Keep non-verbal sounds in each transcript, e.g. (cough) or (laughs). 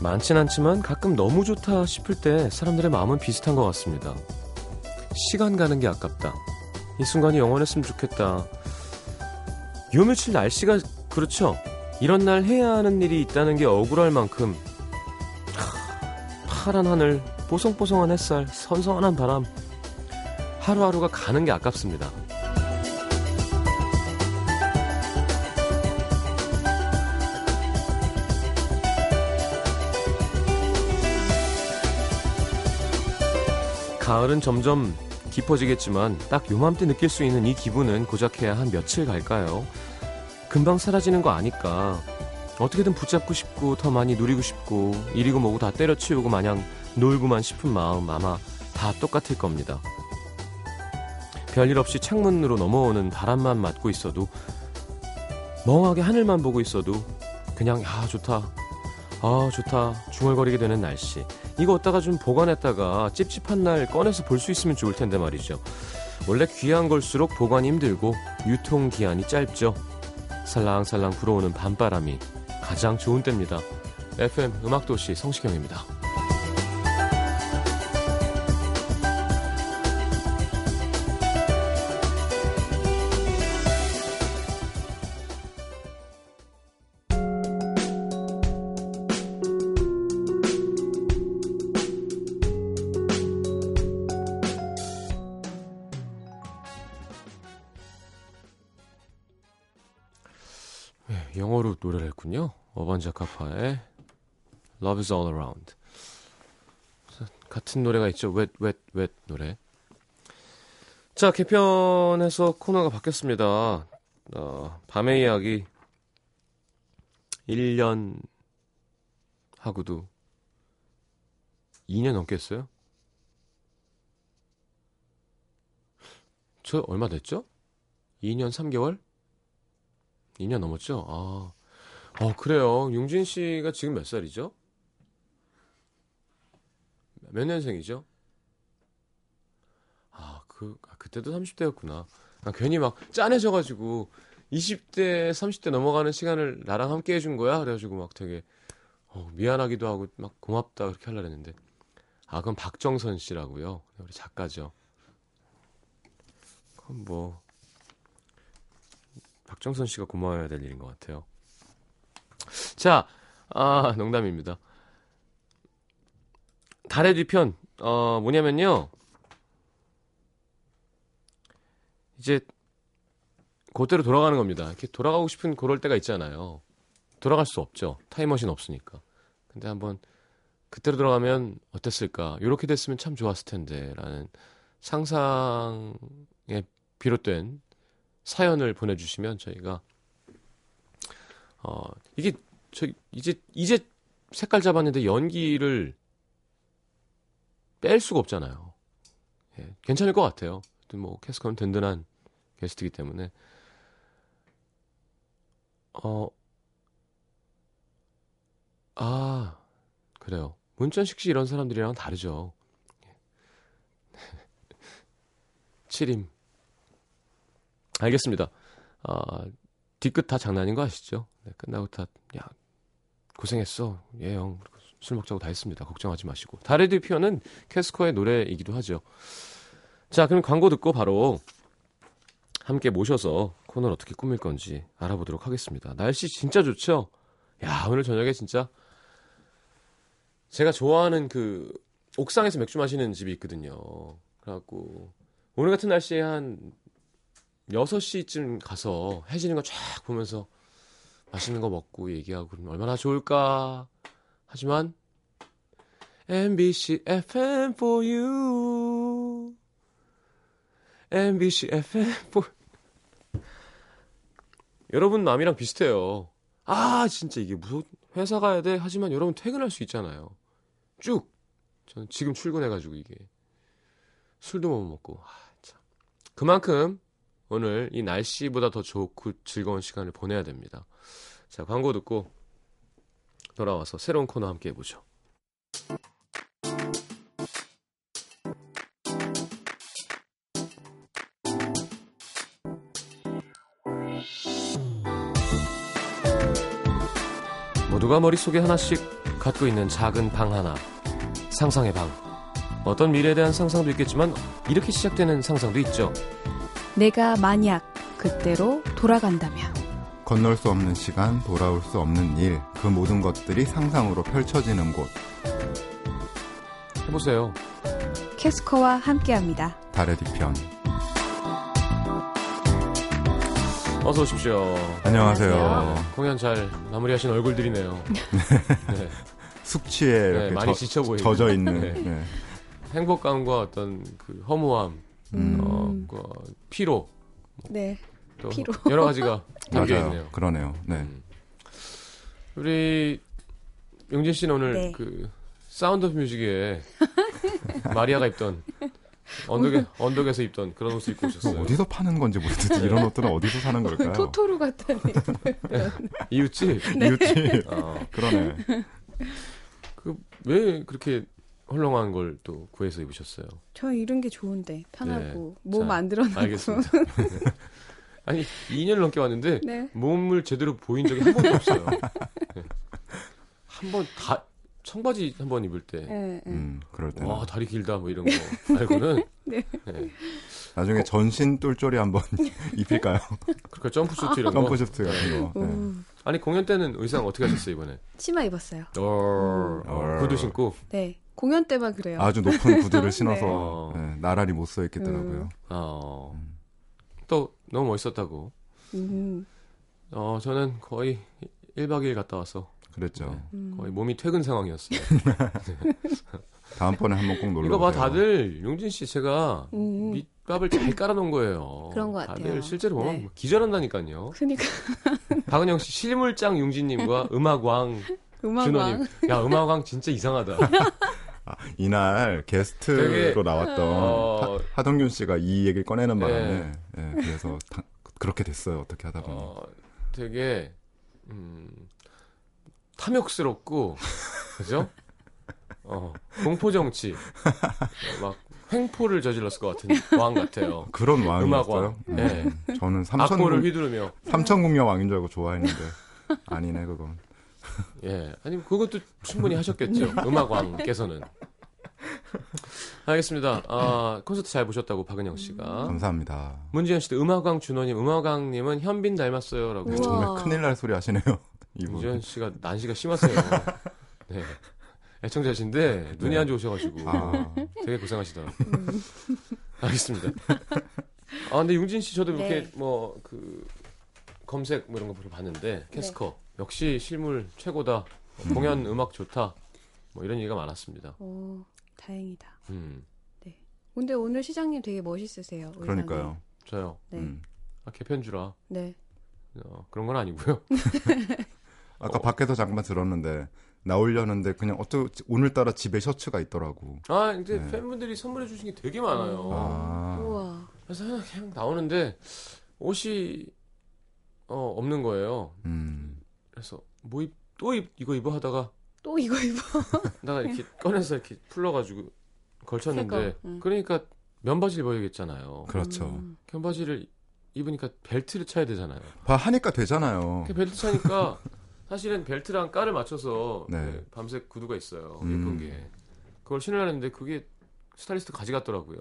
많진 않지만 가끔 너무 좋다 싶을 때 사람들의 마음은 비슷한 것 같습니다. 시간 가는 게 아깝다. 이 순간이 영원했으면 좋겠다. 요 며칠 날씨가 그렇죠. 이런 날 해야 하는 일이 있다는 게 억울할 만큼 하, 파란 하늘, 뽀송뽀송한 햇살, 선선한 바람. 하루하루가 가는 게 아깝습니다. 가을은 점점 깊어지겠지만 딱 요맘때 느낄 수 있는 이 기분은 고작 해야 한 며칠 갈까요? 금방 사라지는 거 아니까 어떻게든 붙잡고 싶고 더 많이 누리고 싶고 이리고 뭐고 다 때려치우고 마냥 놀고만 싶은 마음 아마 다 똑같을 겁니다. 별일 없이 창문으로 넘어오는 바람만 맞고 있어도 멍하게 하늘만 보고 있어도 그냥 아 좋다 아 좋다 중얼거리게 되는 날씨 이거 어디다가 좀 보관했다가 찝찝한 날 꺼내서 볼 수 있으면 좋을 텐데 말이죠 원래 귀한 걸수록 보관이 힘들고 유통기한이 짧죠 살랑살랑 불어오는 밤바람이 가장 좋은 때입니다 FM 음악도시 성시경입니다 영어로 노래를 했군요. 어반 자카파의 Love is All Around. 같은 노래가 있죠. Wet, Wet, Wet 노래. 자, 개편해서 코너가 바뀌었습니다. 어, 밤의 이야기 1년 하고도 2년 넘겠어요? 저 얼마 됐죠? 2년 3개월? 2년 넘었죠? 아. 어, 그래요. 용진 씨가 지금 몇 살이죠? 몇 년생이죠? 아, 그, 아, 그때도 30대였구나. 아, 괜히 막 짠해져가지고, 20대, 30대 넘어가는 시간을 나랑 함께 해준 거야? 그래가지고 막 되게, 어, 미안하기도 하고, 막 고맙다, 그렇게 하려고 했는데. 아, 그럼 박정선 씨라고요. 우리 작가죠. 그럼 뭐, 박정선 씨가 고마워야 될 일인 것 같아요. 자, 아, 농담입니다. 달의 뒤편, 어, 뭐냐면요. 이제, 그대로 돌아가는 겁니다. 이렇게 돌아가고 싶은 그럴 때가 있잖아요. 돌아갈 수 없죠. 타임머신 없으니까. 근데 한번, 그때로 돌아가면 어땠을까? 이렇게 됐으면 참 좋았을 텐데. 라는 상상에 비롯된 사연을 보내주시면 저희가 어 이게 저 이제 이제 색깔 잡았는데 연기를 뺄 수가 없잖아요. 예, 괜찮을 것 같아요. 또 뭐 캐스커는 든든한 게스트이기 때문에 어 아 그래요. 문천식 씨 이런 사람들이랑 다르죠. 예. (laughs) 칠임 알겠습니다. 아, 뒤끝 다 장난인 거 아시죠? 네, 끝나고 다, 야, 고생했어. 예, 형. 술 먹자고 다 했습니다. 걱정하지 마시고. 달의 뒤편은 캐스커의 노래이기도 하죠. 자, 그럼 광고 듣고 바로 함께 모셔서 코너를 어떻게 꾸밀 건지 알아보도록 하겠습니다. 날씨 진짜 좋죠? 야, 오늘 저녁에 진짜 제가 좋아하는 그 옥상에서 맥주 마시는 집이 있거든요. 그래갖고 오늘 같은 날씨에 한 6시쯤 가서 해지는 거 쫙 보면서 맛있는 거 먹고 얘기하고 그러면 얼마나 좋을까. 하지만 MBC FM for you. MBC FM for 여러분 남이랑 비슷해요. 아, 진짜 이게 무슨 회사 가야 돼. 하지만 여러분 퇴근할 수 있잖아요. 쭉. 저는 지금 출근해 가지고 이게 술도 못 먹고. 아, 참. 그만큼 오늘 이 날씨보다 더 좋고 즐거운 시간을 보내야 됩니다. 자, 광고 듣고 돌아와서 새로운 코너 함께 해보죠. 모두가 머릿속에 하나씩 갖고 있는 작은 방 하나. 상상의 방. 어떤 미래에 대한 상상도 있겠지만 이렇게 시작되는 상상도 있죠. 내가 만약 그때로 돌아간다면 건널 수 없는 시간, 돌아올 수 없는 일, 그 모든 것들이 상상으로 펼쳐지는 곳, 해보세요. 캐스커와 함께합니다. 달의 뒤편. 어서 오십시오. 안녕하세요. 안녕하세요. 공연 잘 마무리하신 (laughs) 얼굴들이네요. 네. 숙취에 이렇게 많이 젖- 지쳐 보이는. 젖어 있는. 네. 네. 행복감과 어떤 그 허무함, 음, 어, 그 피로, 네. 또 피로. 여러 (laughs) 가지가 담겨 맞아요. 있네요. 그러네요. 네. 음. 우리 용진 씨는 오늘 네. 그 사운드 오브 (laughs) 뮤직에 마리아가 입던 언덕에 언덕에서 입던 그런 옷을 입고 뭐 오셨어요. 어디서 파는 건지 모르겠는데 이런 옷들은 어디서 사는 걸까요? (laughs) 토토로 같다니. 이웃집. 이웃집. 아, 그러네. 그왜 그렇게 헐렁한 걸 또 구해서 입으셨어요? 저 이런 게 좋은데 편하고 네. 몸 자, 안 드러나고. 알겠습니다. (laughs) 아니 2년 넘게 왔는데 (laughs) 네. 몸을 제대로 보인 적이 한 번도 없어요. 네. 한 번 다 청바지 한 번 입을 때. 네, 네. 음, 그럴 때는. 와 다리 길다 뭐 이런 거 말고는 네. 네. 나중에 전신 똘똘이 한번 (laughs) 입힐까요? 그러니까 점프슈트 어. 이런 거 점프셔츠 같은 거. 네. 오, 아니 공연 때는 의상 어떻게 하셨어요 이번에 치마 입었어요. 음. 어, 어, 구두 신고 네. 공연 때만 그래요. 아주 높은 구두를 신어서 네. 네, 나란히 못 서 있겠더라고요. 어, 음. 또 너무 멋있었다고 음, 어 저는 거의 1박 2일 갔다 와서 네. 그랬죠. 음. 거의 뭐 몸이 퇴근 상황이었어요 다음번에 한번 꼭 놀러 이거 봐 오세요. 다들 용진 씨 제가 음. 밑밥을 잘 깔아놓은 거예요 그런 것 같아요. 다들 실제로 보면 네. (laughs) 기절한다니까요 그러니까 박은영 씨 실물짱 (laughs) 용진님과 음악왕 음악왕. 네. 준호님 야 음악왕 진짜 이상하다 (laughs) 아, 이날 게스트로 되게, 나왔던 어, 하, 동균 씨가 이 얘기를 꺼내는 예. 바람에 예, 그래서 다- 그렇게 됐어요. 어떻게 하다 보니. 어, 되게 음, 탐욕스럽고 그죠? 어, 공포 정치 어, 막 횡포를 저질렀을 것 같은 왕 같아요. 그런 왕이었어요. 음악왕. 예. 저는 삼천 악보를 휘두르며 삼천궁녀 왕인 줄 알고 좋아했는데 아니네 그건. 예 아니 그것도 충분히 (laughs) 하셨겠죠 네. 음악왕께서는 알겠습니다 아 콘서트 잘 보셨다고 박은영 씨가 감사합니다. 문지현 씨도 음악왕 준호님 음악왕님은 현빈 닮았어요라고 우와. 정말 큰일 날 소리 하시네요. (laughs) 문지현 이분. 씨가 난시가 심하세요 (laughs) 네 애청자신데 눈이 네. 안 좋으셔가지고 아, 되게 고생하시더라고요. 음. 알겠습니다. 아, 근데 융진 씨 저도 이렇게 네. 뭐 그 검색 뭐 이런 거 보러 네. 봤는데 캐스커 역시 실물 최고다. 공연 음악 좋다. 뭐 이런 얘기가 많았습니다. 오, 어, 다행이다. 음. 근데 오늘 시장님 되게 멋있으세요. 의상이. 그러니까요. 저요. 네. 음. 아, 개편주라. 네. 어, 그런 건 아니고요. (laughs) 아까 어. 밖에서 잠깐 들었는데 나오려는데 그냥 어쩌 오늘따라 집에 셔츠가 있더라고. 아, 근데 네. 팬분들이 선물해 주신 게 되게 많아요. 음. 아, 우와. 그래서 그냥 나오는데 옷이 어, 없는 거예요. 음, 그래서 뭐 입, 또 입, 이거 입어 하다가 또 이거 입어. 내가 (laughs) 이렇게 꺼내서 이렇게 풀러가지고 새 걸쳤는데 거, 응. 그러니까 면바지를 입어야겠잖아요. 그렇죠. 음. 면바지를 입으니까 벨트를 차야 되잖아요. 봐 하니까 되잖아요. 그 벨트 (laughs) 차니까 사실은 벨트랑 깔을 맞춰서 네. 그 밤색 구두가 있어요. 음. 예쁜 게 그걸 신으려는데 그게 스타일리스트 (laughs) 가져갔더라고요.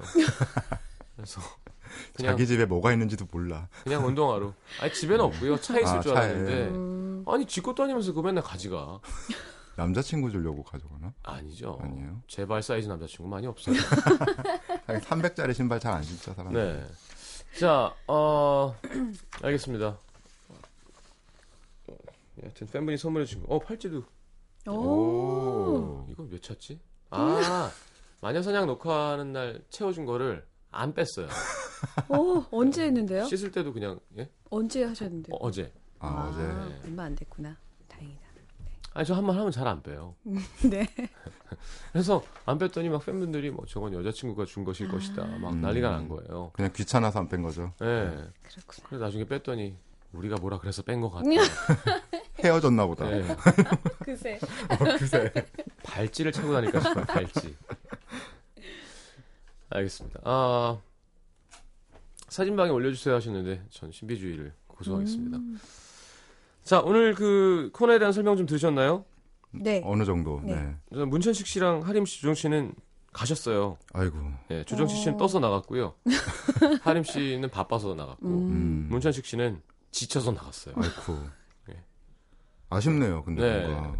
그래서 그냥 자기 집에 뭐가 있는지도 몰라. 그냥 운동화로. 아니 집에는 없고요. 차에 있을 아, 줄 차에. 알았는데 음. 아니 지 것도 아니면서 그거 맨날 가지가 남자친구 주려고 가져가나? 아니죠. 아니에요? 제발 사이즈 남자친구 많이 없어요. (laughs) 300짜리 신발 잘 안 신죠 사람. 네. 자, 어, 알겠습니다. 여하튼 팬분이 선물해 주신 거. 어, 팔찌도. 오. 이거 몇 차지? 아, 마녀사냥 녹화하는 날 채워준 거를 안 뺐어요. 오, 언제 했는데요? 씻을 때도 그냥, 예? 언제 하셨는데요? 어, 제 아, 어제 아, 얼마 안 됐구나. 다행이다. 아니, 저 한 번 하면 잘 안 빼요. 네. (laughs) 그래서 안 뺐더니 막 팬분들이 뭐 저건 여자친구가 준 것일 것이다. 막 음. 난리가 난 거예요. 그냥 귀찮아서 안 뺀 거죠. 예. 그렇구나. 그래서 나중에 뺐더니 우리가 뭐라 그래서 뺀 것 같다. 헤어졌나 보다. 예. (laughs) 글쎄. 글쎄. 발찌를 차고 다닐까 싶어요. 발찌. 알겠습니다. 아 사진방에 올려주세요 하셨는데 전 음. 신비주의를 고소하겠습니다. 자 오늘 그 코너에 대한 설명 좀 들으셨나요? 네. 어느 정도. 네. 네. 우선 문천식 씨랑 하림 씨, 조정 씨는 가셨어요. 아이고. 예, 조정식 씨는 어. 떠서 (laughs) 나갔고요. 하림 씨는 바빠서 나갔고 음. 음. 문천식 씨는 지쳐서 나갔어요. 아이쿠. (laughs) 네. 아쉽네요. 근데 네. 뭔가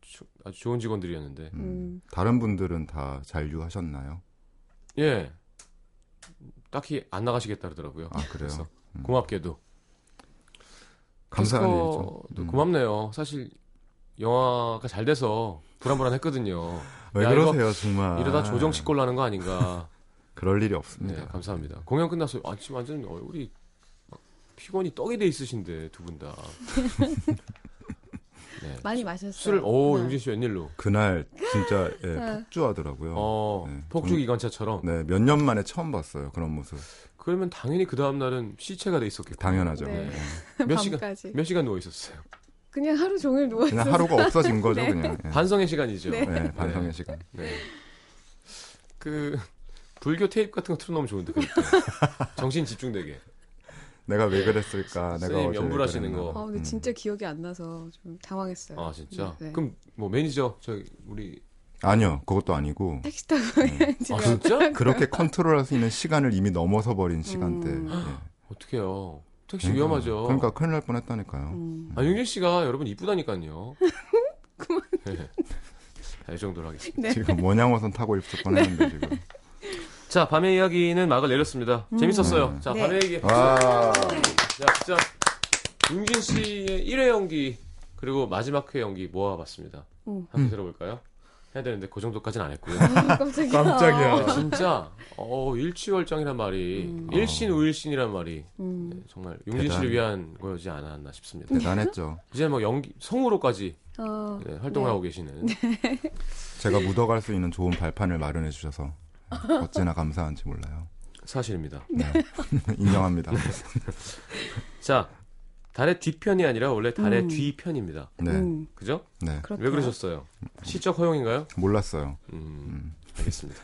주- 아주 좋은 직원들이었는데. 음. 다른 분들은 다 잔류하셨나요? 예. 딱히 안 나가시겠다 그러더라고요. 아 그래요. 네, 그래서 음. 고맙게도. 감사한 일이죠. 음. 그래서 또 고맙네요. 사실 영화가 잘 돼서 불안불안했거든요. 왜 야, 그러세요, 정말. 이러다 조정식 꼴 나는 거 아닌가. 그럴 일이 네, 없습니다. 감사합니다. 공연 끝나서 아, 지금 완전 얼굴이 막 피곤이 떡이 돼 있으신데 두 분 다. 네. 많이 마셨어요. 술을 오 네. 용진 씨 웬일로? 그날 진짜 예, 네. 폭주하더라고요. 어 네. 폭주 기관차처럼. 네, 몇 년 만에 처음 봤어요. 그런 모습. 그러면 당연히 그 다음 날은 시체가 돼 있었겠고. 당연하죠. 네. 네. 몇 시간 밤까지. 몇 시간 누워 있었어요. 그냥 하루 종일 누워 그냥 있었어요. 하루가 없어진 거죠, (laughs) 네. 그냥. 예. 반성의 시간이죠. 네. 네, 반성의 시간. 네. 그 불교 테이프 같은 거 틀어놓으면 좋은데 그러니까. 정신 집중되게 내가 왜 그랬을까? 내가 선생님 어제 왜 염불하시는 그랬나. 거. 아, 근데 음. 진짜 기억이 안 나서 좀 당황했어요. 아 진짜 네, 네. 그럼 뭐 매니저 저 우리 아니요, 그것도 아니고 택시 타고 그냥 집에 아 왔- 진짜 그렇게 컨트롤할 수 있는 시간을 이미 넘어서 버린 시간대. 음. 예. 어떡해요 택시 (gasps) 위험하죠 그러니까 큰일 날 뻔했다니까요. (laughs) 음. 아 용진 씨가 여러분 이쁘다니까요 (laughs) 그만. 네. 자, 이 정도로 하겠습니다 네. (laughs) 지금 원양어선 타고 있을 (laughs) 뻔했는데 지금. 자 밤의 이야기는 막을 내렸습니다 재밌었어요 네. 자 네. 밤의 이야기 와, 야, 진짜 용진 씨의 1회 연기 그리고 마지막 회 연기 모아봤습니다 음. 함께 들어볼까요 해야 되는데 그 정도까지는 안 (laughs) 했고요 아, 깜짝이야. 깜짝이야. 아, 진짜 어 일취월장이란 말이 어. 일신 우일신이란 말이 음. 네, 정말 용진 씨를 대단. 위한 거지 않았나 싶습니다. 대단했죠. 이제 뭐 연기 성우로까지 어, 네, 활동을 네. 하고 계시는 제가 묻어갈 수 있는 좋은 발판을 마련해 주셔서 어찌나 감사한지 몰라요. 사실입니다. 네. (laughs) 인정합니다. 네. 자 달의 뒤편이 아니라 원래 달의 음. 뒤편입니다. 네, 음, 그죠? 네, 그렇대요. 왜 그러셨어요? 시적 허용인가요? 몰랐어요. 음, 알겠습니다.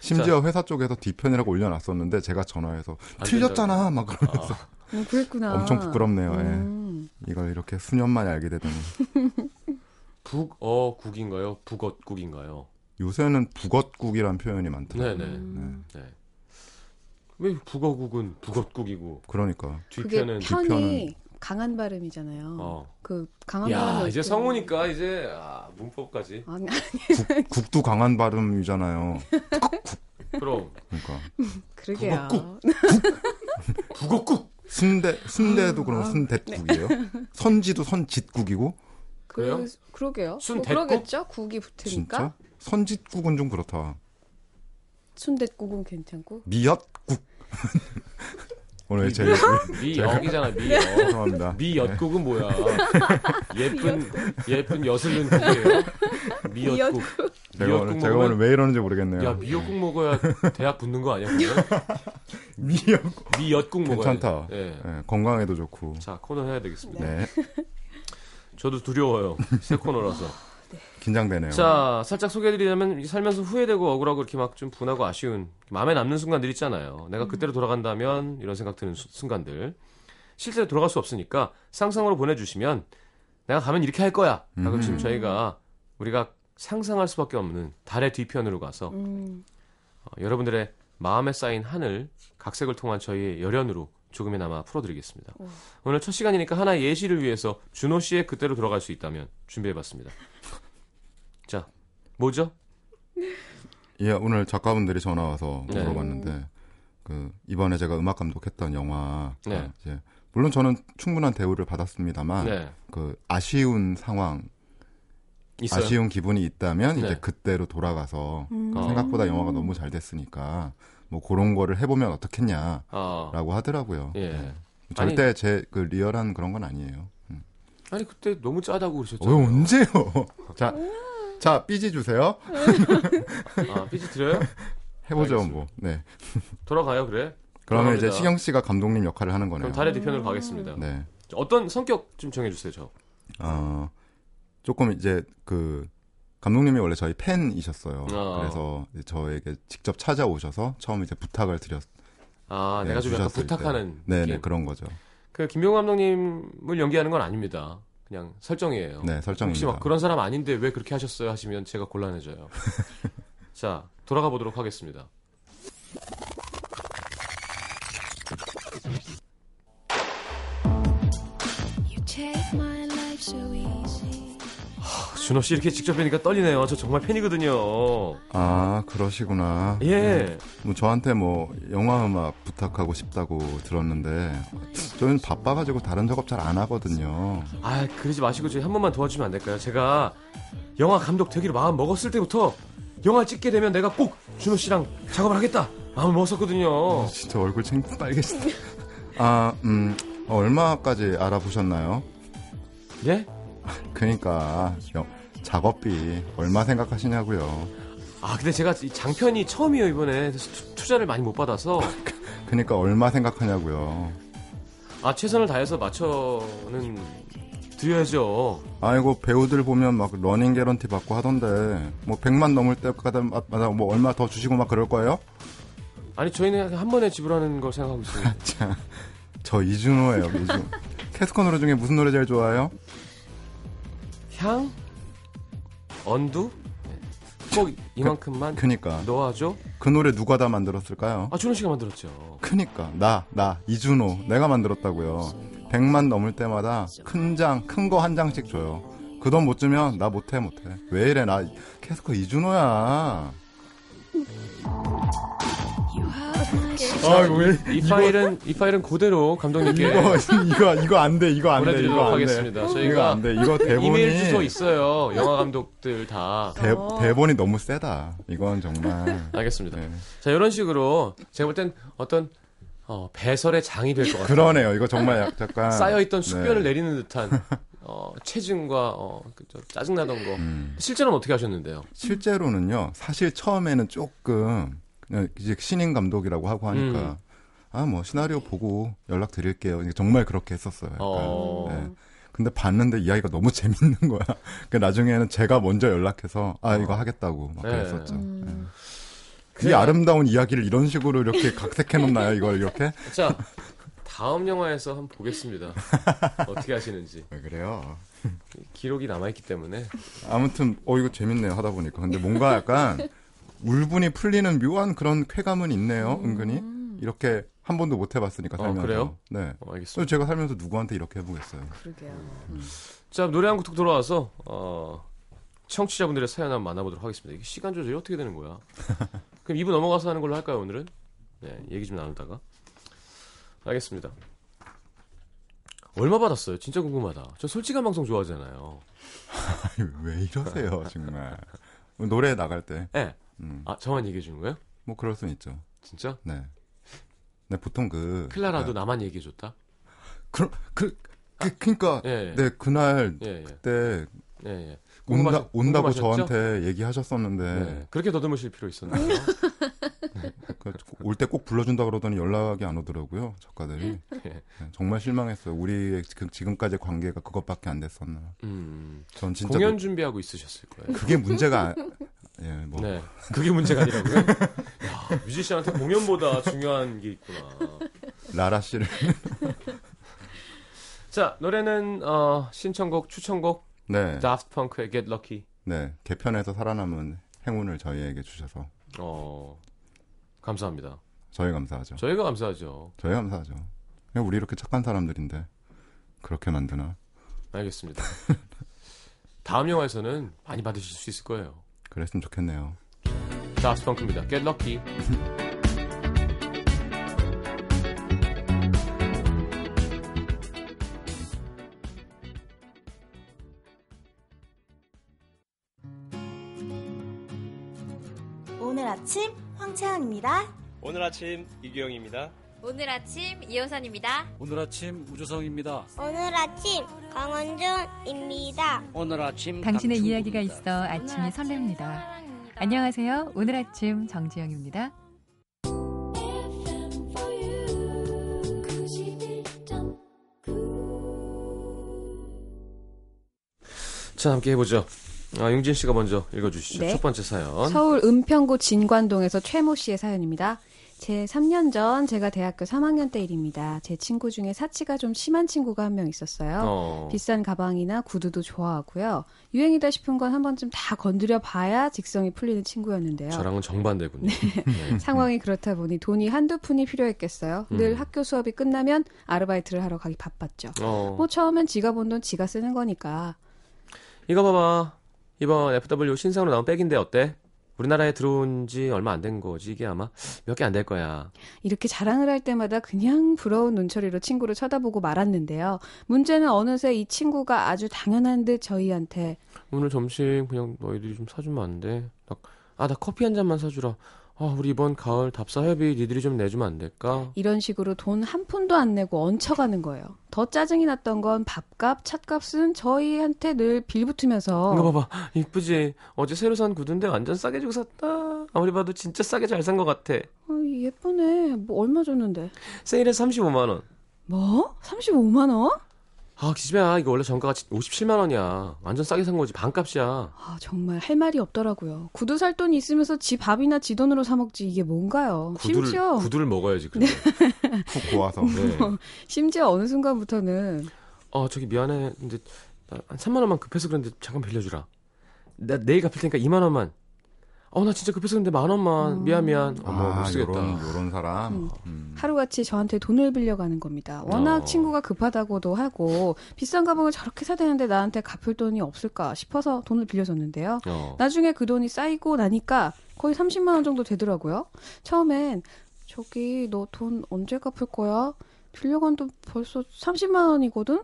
심지어 회사 쪽에서 뒤편이라고 올려놨었는데 제가 전화해서 안 틀렸잖아 막 그러면서 음, 그랬구나. 엄청 부끄럽네요. 예. 음. 이걸 이렇게 수년 만에 알게 되더니 북어국인가요? 북어국인가요? 요새는 북엇국이라는 표현이 많더라고요. 네네. 음. 네. 왜 북어국은 북어국이고 그러니까 뒤편은 그게 편이 뒤편은- 강한 발음이잖아요. 네. 어. 그 강한 야 발음이 이제 어떻게- 성우니까 이제 아, 문법까지 아니, 국, 국도 강한 발음이잖아요. 그럼 그러니까 그러게요. 북어국 순대 순대도 그럼 순대국이에요. 네. (laughs) 선지도 선짓국이고 그래요? 그, 그러게요. 순 뭐 됐고? 그러겠죠? 국이 붙으니까. 진짜 선짓국은 좀 그렇다. 순댓국은 괜찮고. (laughs) 미엿국 오늘 제 미역이잖아 미역 죄송합니다. 미역국은 (laughs) 뭐야 예쁜 예쁜 엿을 넣은 국이에요 미역국 제가 오늘, 미역국 제가 오늘 먹으면 왜 이러는지 모르겠네요. 야 미역국 먹어야 대학 붙는 거 아니야 그거? 미역 미역국 먹어야 괜찮다. 돼. 예. 예, 건강에도 좋고. 자 코너 해야 되겠습니다 네. 저도 두려워요 새 코너라서 긴장되네요. 자 살짝 소개해드리자면 이 살면서 후회되고 억울하고 이렇게 막 좀 분하고 아쉬운 마음에 남는 순간들 있잖아요 내가 그때로 돌아간다면 이런 생각 드는 수- 순간들 실제로 돌아갈 수 없으니까 상상으로 보내주시면 내가 가면 이렇게 할 거야 라고 음. 지금 저희가 우리가 상상할 수밖에 없는 달의 뒤편으로 가서 음. 어, 여러분들의 마음에 쌓인 한을 각색을 통한 저희의 열연으로 조금이나마 풀어드리겠습니다. 오. 오늘 첫 시간이니까 하나의 예시를 위해서 준호 씨의 그때로 돌아갈 수 있다면 준비해봤습니다. 자, 뭐죠? 예, 오늘 작가분들이 전화 와서 네. 물어봤는데 그 이번에 제가 음악 감독했던 영화 그 네. 이제 물론 저는 충분한 대우를 받았습니다만 네, 그 아쉬운 상황, 있어요. 아쉬운 기분이 있다면 네. 이제 그때로 돌아가서 음. 어. 생각보다 영화가 너무 잘 됐으니까 뭐 그런 거를 해보면 어떻겠냐라고 아, 하더라고요. 예. 네. 절대 제 그 리얼한 그런 건 아니에요. 아니 그때 너무 짜다고 왜 그러셨잖아요. 언제요? (laughs) 자, 자 삐지 주세요. 아, 삐지 드려요? 해보죠 알겠습니다. 뭐. 네. 돌아가요, 그래? 그러면 감사합니다. 이제 시경 씨가 감독님 역할을 하는 거네요. 그럼 달의 뒤편으로 가겠습니다. 네. 어떤 성격 좀 정해주세요, 저. 어, 조금 이제 그 감독님이 원래 저희 팬이셨어요. 아. 그래서 이제 저에게 직접 찾아오셔서 처음 이제 부탁을 드렸. 아, 네, 내가 좀 약간 주셨을 때. 부탁하는 네네 느낌. 그런 거죠. 그 김병호 감독님을 연기하는 건 아닙니다. 그냥 설정이에요. 네, 혹시 설정입니다. 막 그런 사람 아닌데 왜 그렇게 하셨어요 하시면 제가 곤란해져요. (laughs) 자, 돌아가 보도록 하겠습니다. You take my life so easy. 아, 준호 씨 이렇게 직접 뵈니까 떨리네요. 저 정말 팬이거든요. 아, 그러시구나. 예. 뭐 저한테 뭐 영화 음악 부탁하고 싶다고 들었는데 저는 바빠가지고 다른 작업 잘 안 하거든요. 아, 그러지 마시고 저희 한 번만 도와주면 안 될까요? 제가 영화 감독 되기로 마음 먹었을 때부터 영화 찍게 되면 내가 꼭 준호 씨랑 작업을 하겠다 마음을 먹었었거든요. 진짜 얼굴 챙 빨개지네. 아, 음, 어, 얼마까지 알아보셨나요? 예? 그러니까 여- 작업비 얼마 생각하시냐고요. 아, 근데 제가 이 장편이 처음이에요 이번에 그래서 투- 투자를 많이 못 받아서 그러니까 얼마 생각하냐고요. 아 최선을 다해서 맞춰는 드려야죠. 아이고 배우들 보면 막 러닝 개런티 받고 하던데 뭐 100만 넘을 때마다 뭐 얼마 더 주시고 막 그럴 거예요? 아니 저희는 한 번에 지불하는 걸 생각하고 (laughs) 있어요. 자, 저 이준호예요. 이준. 캐스커 노래 중에 무슨 노래 제일 좋아해요? 향, 언두, 네. 꼭 이만큼만 그, 그니까 넣어줘. 그 노래 누가 다 만들었을까요? 아 준호 씨가 만들었죠. 그니까 나나 이준호 내가 만들었다고요. 100만 넘을 때마다 큰 장 큰 거 한 장씩 줘요. 그 돈 못 주면 나 못해 못해. 왜 이래 나 캐스커 이준호야. You hurt my 네, soul. 아이고 왜 이 파일은 이 파일은 그대로 감독님께 이거 이거 이거 안 돼 이거 안 돼 보내드리도록 이거 안 돼. 하겠습니다. 이거 저희가 안 돼. 이거 대본이 이메일 주소 있어요. 영화 감독들 다. 대, 어. 대본이 너무 세다. 이건 정말. 알겠습니다. 네. 자 이런 식으로 제가 볼 땐 어떤 어, 배설의 장이 될 것 같아요. 그러네요. 이거 정말 약- 약간 쌓여있던 숙변을 네. 내리는 듯한 어, 체증과 어, 그저 짜증나던 거 음. 실제로는 어떻게 하셨는데요? 실제로는요. 사실 처음에는 조금 그냥 이제 신인 감독이라고 하고 하니까 음. 아 뭐 시나리오 보고 연락 드릴게요. 이게 정말 그렇게 했었어요. 약간. 어, 네. 근데 봤는데 이야기가 너무 (laughs) 재밌는 거야. 그 나중에는 제가 먼저 연락해서 아 이거 하겠다고 막 네. 그랬었죠. 음, 이 그래요. 아름다운 이야기를 이런 식으로 이렇게 각색해 놓나요? 이걸 이렇게? 자 다음 영화에서 한번 보겠습니다. 어떻게 하시는지 왜 그래요? 기록이 남아있기 때문에 아무튼 어 이거 재밌네요 하다 보니까 근데 뭔가 약간 울분이 풀리는 묘한 그런 쾌감은 있네요 은근히 이렇게 한 번도 못 해봤으니까 어, 살면서 그래요? 네 어, 알겠습니다. 그래서 제가 살면서 누구한테 이렇게 해보겠어요 (laughs) 그러게요. 자 노래 한 곡 듣고 돌아와서 어, 청취자분들의 사연 한번 만나보도록 하겠습니다. 이게 시간 조절이 어떻게 되는 거야? 그럼 2부 넘어가서 하는 걸로 할까요 오늘은? 네 얘기 좀 나누다가 알겠습니다. 얼마 받았어요? 진짜 궁금하다. 저 솔직한 방송 좋아하잖아요. 아니 왜 이러세요 정말 노래 나갈 때 뭐 예. 음. 아, 저만 얘기해 주는 거예요? 그럴 수는 있죠 진짜? 네 네, 보통 그 클라라도 나만 얘기해 줬다? 그럼 그, 그 그러니까 예. 네 그날 예, 예. 그때 예, 예. 온다, 궁금하셨- 온다고 궁금하셨죠? 저한테 얘기하셨었는데 네. 그렇게 더듬으실 필요 (laughs) 있었나요? 그렇죠. 올 때 그러니까 꼭 불러준다 그러더니 연락이 안 오더라고요 작가들이 (laughs) 예. 네, 정말 실망했어요 우리의 그- 지금까지의 관계가 그것밖에 안 됐었나 음. 전 진짜 뭐. 그, 공연 준비하고 있으셨을 거예요. 그게 문제가 아- 예, 뭐 네. 그게 문제가 아니라고요? 야, 뮤지션한테 공연보다 중요한 게 있구나. (laughs) 라라 씨를 자, 노래는 어, 신청곡, 추천곡 네, 다프트 펑크의 Get Lucky. 네 개편에서 살아남은 행운을 저희에게 주셔서 어. 감사합니다. 저희 감사하죠 저희가 감사하죠. 저희 감사하죠 그냥 우리 이렇게 착한 사람들인데 그렇게 만드나 (laughs) 알겠습니다. 다음 영화에서는 많이 받으실 수 있을 거예요. 그랬으면 좋겠네요 다프트 펑크입니다. Get Lucky. 오늘 아침 황채영입니다. 오늘 아침 이규영입니다. 오늘 아침 이호선입니다. 오늘 아침 우주성입니다. 오늘 아침 강원준입니다. 오늘 아침 당신의 강충구입니다. 이야기가 있어 아침이 설렙니다. 안녕하세요. 오늘 아침 정지영입니다. FM for you. 91.9. 자, 함께 해보죠. 아, 용진 씨가 먼저 읽어주시죠. 네. 첫 번째 사연. 서울 은평구 진관동에서 최모 씨의 사연입니다. 제 3년 전 제가 대학교 3학년 때 일입니다. 제 친구 중에 사치가 좀 심한 친구가 한 명 있었어요. 어. 비싼 가방이나 구두도 좋아하고요. 유행이다 싶은 건 한 번쯤 다 건드려 봐야 직성이 풀리는 친구였는데요. 저랑은 정반대군요. 네. 상황이 그렇다 보니 돈이 한두 푼이 필요했겠어요. 음. 늘 학교 수업이 끝나면 아르바이트를 하러 가기 바빴죠. 어. 뭐 처음엔 지가 본 돈 지가 쓰는 거니까. 이거 봐봐. 이번 FW 신상으로 나온 백인데 어때? 우리나라에 들어온 지 얼마 안 된 거지. 이게 아마 몇 개 안 될 거야. 이렇게 자랑을 할 때마다 그냥 부러운 눈초리로 친구를 쳐다보고 말았는데요. 문제는 어느새 이 친구가 아주 당연한 듯 저희한테 오늘 점심 그냥 너희들이 좀 사주면 안 돼? 나, 아, 나 커피 한 잔만 사주라. 아, 우리 이번 가을 답사협의 니들이 좀 내주면 안 될까? 이런 식으로 돈 한 푼도 안 내고 얹혀가는 거예요. 더 짜증이 났던 건 밥값, 찻값은 저희한테 늘 빌붙으면서 이거 봐봐. 이쁘지? 어제 새로 산 구두인데 완전 싸게 주고 샀다. 아무리 봐도 진짜 싸게 잘 산 것 같아. 어, 예쁘네. 뭐 얼마 줬는데? 세일해서 35만원. 뭐? 35만 원? 아, 기집애야. 이거 원래 정가가 57만원이야. 완전 싸게 산 거지. 반값이야. 아, 정말 할 말이 없더라고요. 구두 살 돈이 있으면서 지 밥이나 지 돈으로 사 먹지 이게 뭔가요? 심지어 구두를 먹어야지. 근데. 푹 고아서. 네. 심지어 어느 순간부터는 어, 저기 미안해. 근데 나한 3만 원만 급해서 그런데 잠깐 빌려주라. 나 내일 갚을 테니까 2만 원만. 어, 나 진짜 급해서 그런데 만 원만. 미안 미안. 어머, 못 아, 쓰겠다. 요런, 요런 사람. 음. 음. 하루같이 저한테 돈을 빌려가는 겁니다. 워낙 어. 친구가 급하다고도 하고 비싼 가방을 저렇게 사대는데 나한테 갚을 돈이 없을까 싶어서 돈을 빌려줬는데요. 어. 나중에 그 돈이 쌓이고 나니까 거의 30만 원 정도 되더라고요. 처음엔 저기 너 돈 언제 갚을 거야? 빌려간 돈 벌써 30만 원이거든?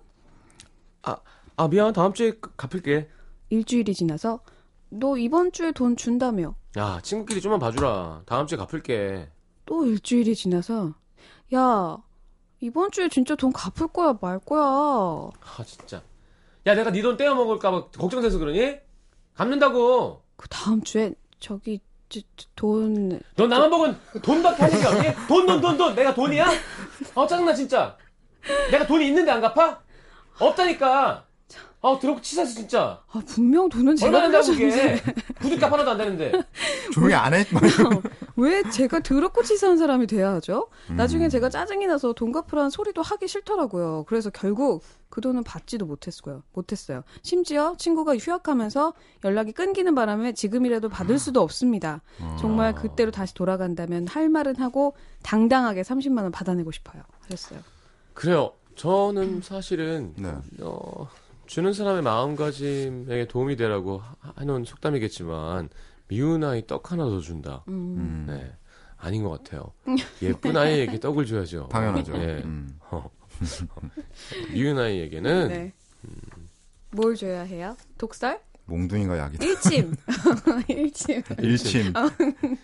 아, 미안. 다음 주에 그- 갚을게. 일주일이 지나서 너 이번 주에 돈 준다며 야, 친구끼리 좀만 봐주라. 다음 주에 갚을게. 또 일주일이 지나서 야 이번 주에 진짜 돈 갚을 거야 말 거야 아, 진짜. 야, 내가 네 돈 떼어 먹을까 봐 걱정돼서 그러니? 갚는다고. 그 다음 주에 저기 저- 저- 돈 넌 나만 먹은 돈밖에 할 얘기 없니? 돈, 돈, 돈, 돈. 내가 돈이야? 어, 짜증나, 진짜. 내가 돈이 있는데 안 갚아? 없다니까. 어, 드럽고 치사해, 진짜. 아, 분명 돈은 제가 얼마나 된다고 빌려줬는데 그게 (laughs) 구두값 하나도 안 되는데 조용히 안 해. (laughs) 왜 제가 더럽고 치사한 사람이 돼야 하죠? 나중에 제가 짜증이 나서 돈 갚으라는 소리도 하기 싫더라고요. 그래서 결국 그 돈은 받지도 못했어요. 못했어요. 심지어 친구가 휴학하면서 연락이 끊기는 바람에 지금이라도 받을 수도 없습니다. 정말 그때로 다시 돌아간다면 할 말은 하고 당당하게 30만 원 받아내고 싶어요. 하셨어요. 그래요 저는 사실은 (laughs) 네. 어, 주는 사람의 마음가짐에게 도움이 되라고 하- 하는 속담이겠지만 미운 아이 떡 하나 더 준다 음. 음. 네 아닌 것 (laughs) 같아요 예쁜 아이에게 떡을 줘야죠 당연하죠. 예. 음. 미운 아이에게는 네. 뭘 줘야 해요? 독살? 몽둥이가 약이다. (laughs) 일침. 일침. 아, 일침,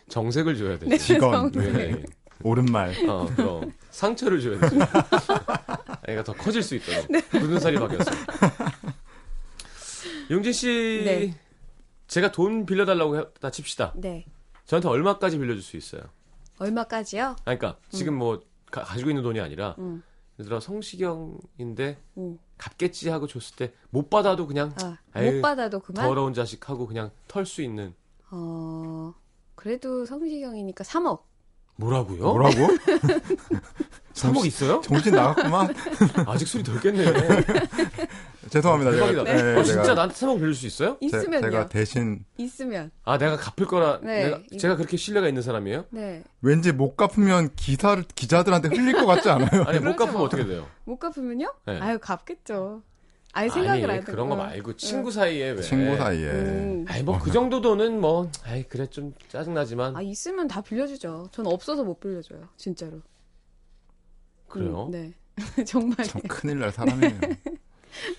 정색을 줘야 되죠 직원, 네. 오른말. 어, 그럼 상처를 줘야 되죠 아이가 더 커질 수 있도록 굳은 살이 (laughs) 박였어 용진 씨 네. 제가 돈 빌려달라고 했다 칩시다 네. 저한테 얼마까지 빌려줄 수 있어요? 얼마까지요? 아니, 그러니까 지금 뭐 가, 가지고 있는 돈이 아니라 음. 예를 들어 성시경인데 음. 갚겠지 하고 줬을 때 못 받아도 그냥 아, 아유, 못 받아도 그만? 더러운 자식 하고 그냥 털 수 있는 어, 그래도 성시경이니까 3억. 뭐라고요? 뭐라고? 3억 (laughs) 있어요? 정신 (laughs) 나갔구만. 아직 술이 덜 (laughs) 깼네요. 죄송합니다. 제가- 대박이다. 네, 아, 제가 진짜 나한테 3억 빌릴 수 있어요? 제- 있으면요. 제가 대신 있으면. 아 내가 갚을 거라 네, 내가, 이거- 제가 그렇게 신뢰가 있는 사람이에요? 네. 왠지 못 갚으면 기사를 기자들한테 흘릴 것 같지 (laughs) 않아요? 아니 못 그러지 갚으면 마. 어떻게 돼요? 못 갚으면요? 네. 아유, 갚겠죠. 아예 생각을 안 아니 해도- 그런 거 어. 말고 친구 사이에 왜? 친구 사이에. 어, 음. 아니 뭐 그 정도 돈은 뭐 아이 그래 좀 짜증나지만 아, 있으면 다 빌려주죠. 전 없어서 못 빌려줘요. 진짜로. 그래요? 음, 네. (laughs) 정말 참 큰일 날 사람이네요.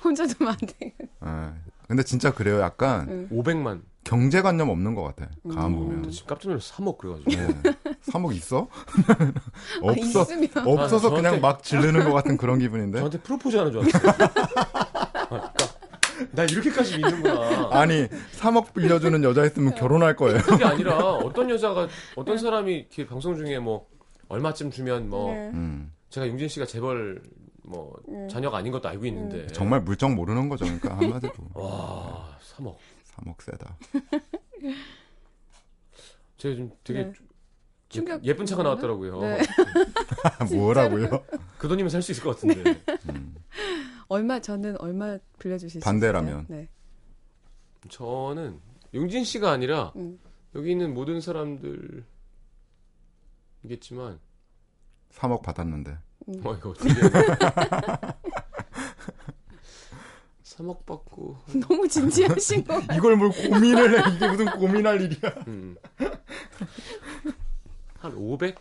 혼자 두면 안 돼. 예. 근데 진짜 그래요. 약간 음. 500만 경제관념 없는 것 같아. 가만 나 보면. 지금 깜짝 놀라서 3억 그래가지고 예. 3억 있어? (laughs) 아, 없어. 있으면. 없어서 아, 저한테- 그냥 막 지르는 것 같은 그런 기분인데. 저한테 프로포즈 하는 줄 (laughs) 알았어요. 아, 그러니까 나 이렇게까지 믿는구나. 아니 3억 빌려주는 여자 있으면 결혼할 거예요. 그게 아니라 어떤 여자가 어떤 사람이 이렇게 방송 중에 뭐 얼마쯤 주면 뭐 네. 음. 제가 용진 씨가 재벌 뭐 자녀가 아닌 것도 알고 있는데 네. 정말 물정 모르는 거죠. (laughs) 그러니까 한마디로 어. 와 3억. 3억 세다. 제가 지금 되게 예, 네. 충격. 예쁜 차가 나왔더라고요. 네. (laughs) 뭐라고요? (laughs) 그 돈이면 살 수 있을 것 같은데. 네. 음. 얼마 저는 얼마 빌려주실 수 반대라면. 있어요? 네. 저는 용진 씨가 아니라 음. 여기 있는 모든 사람들이겠지만 3억 받았는데. 어 이거 어떻게 해야 (laughs) 3억 받고 너무 진지하신 거 같아요. 이걸 뭘 고민을 해. 이게 무슨 고민할 일이야. 음. 한 500?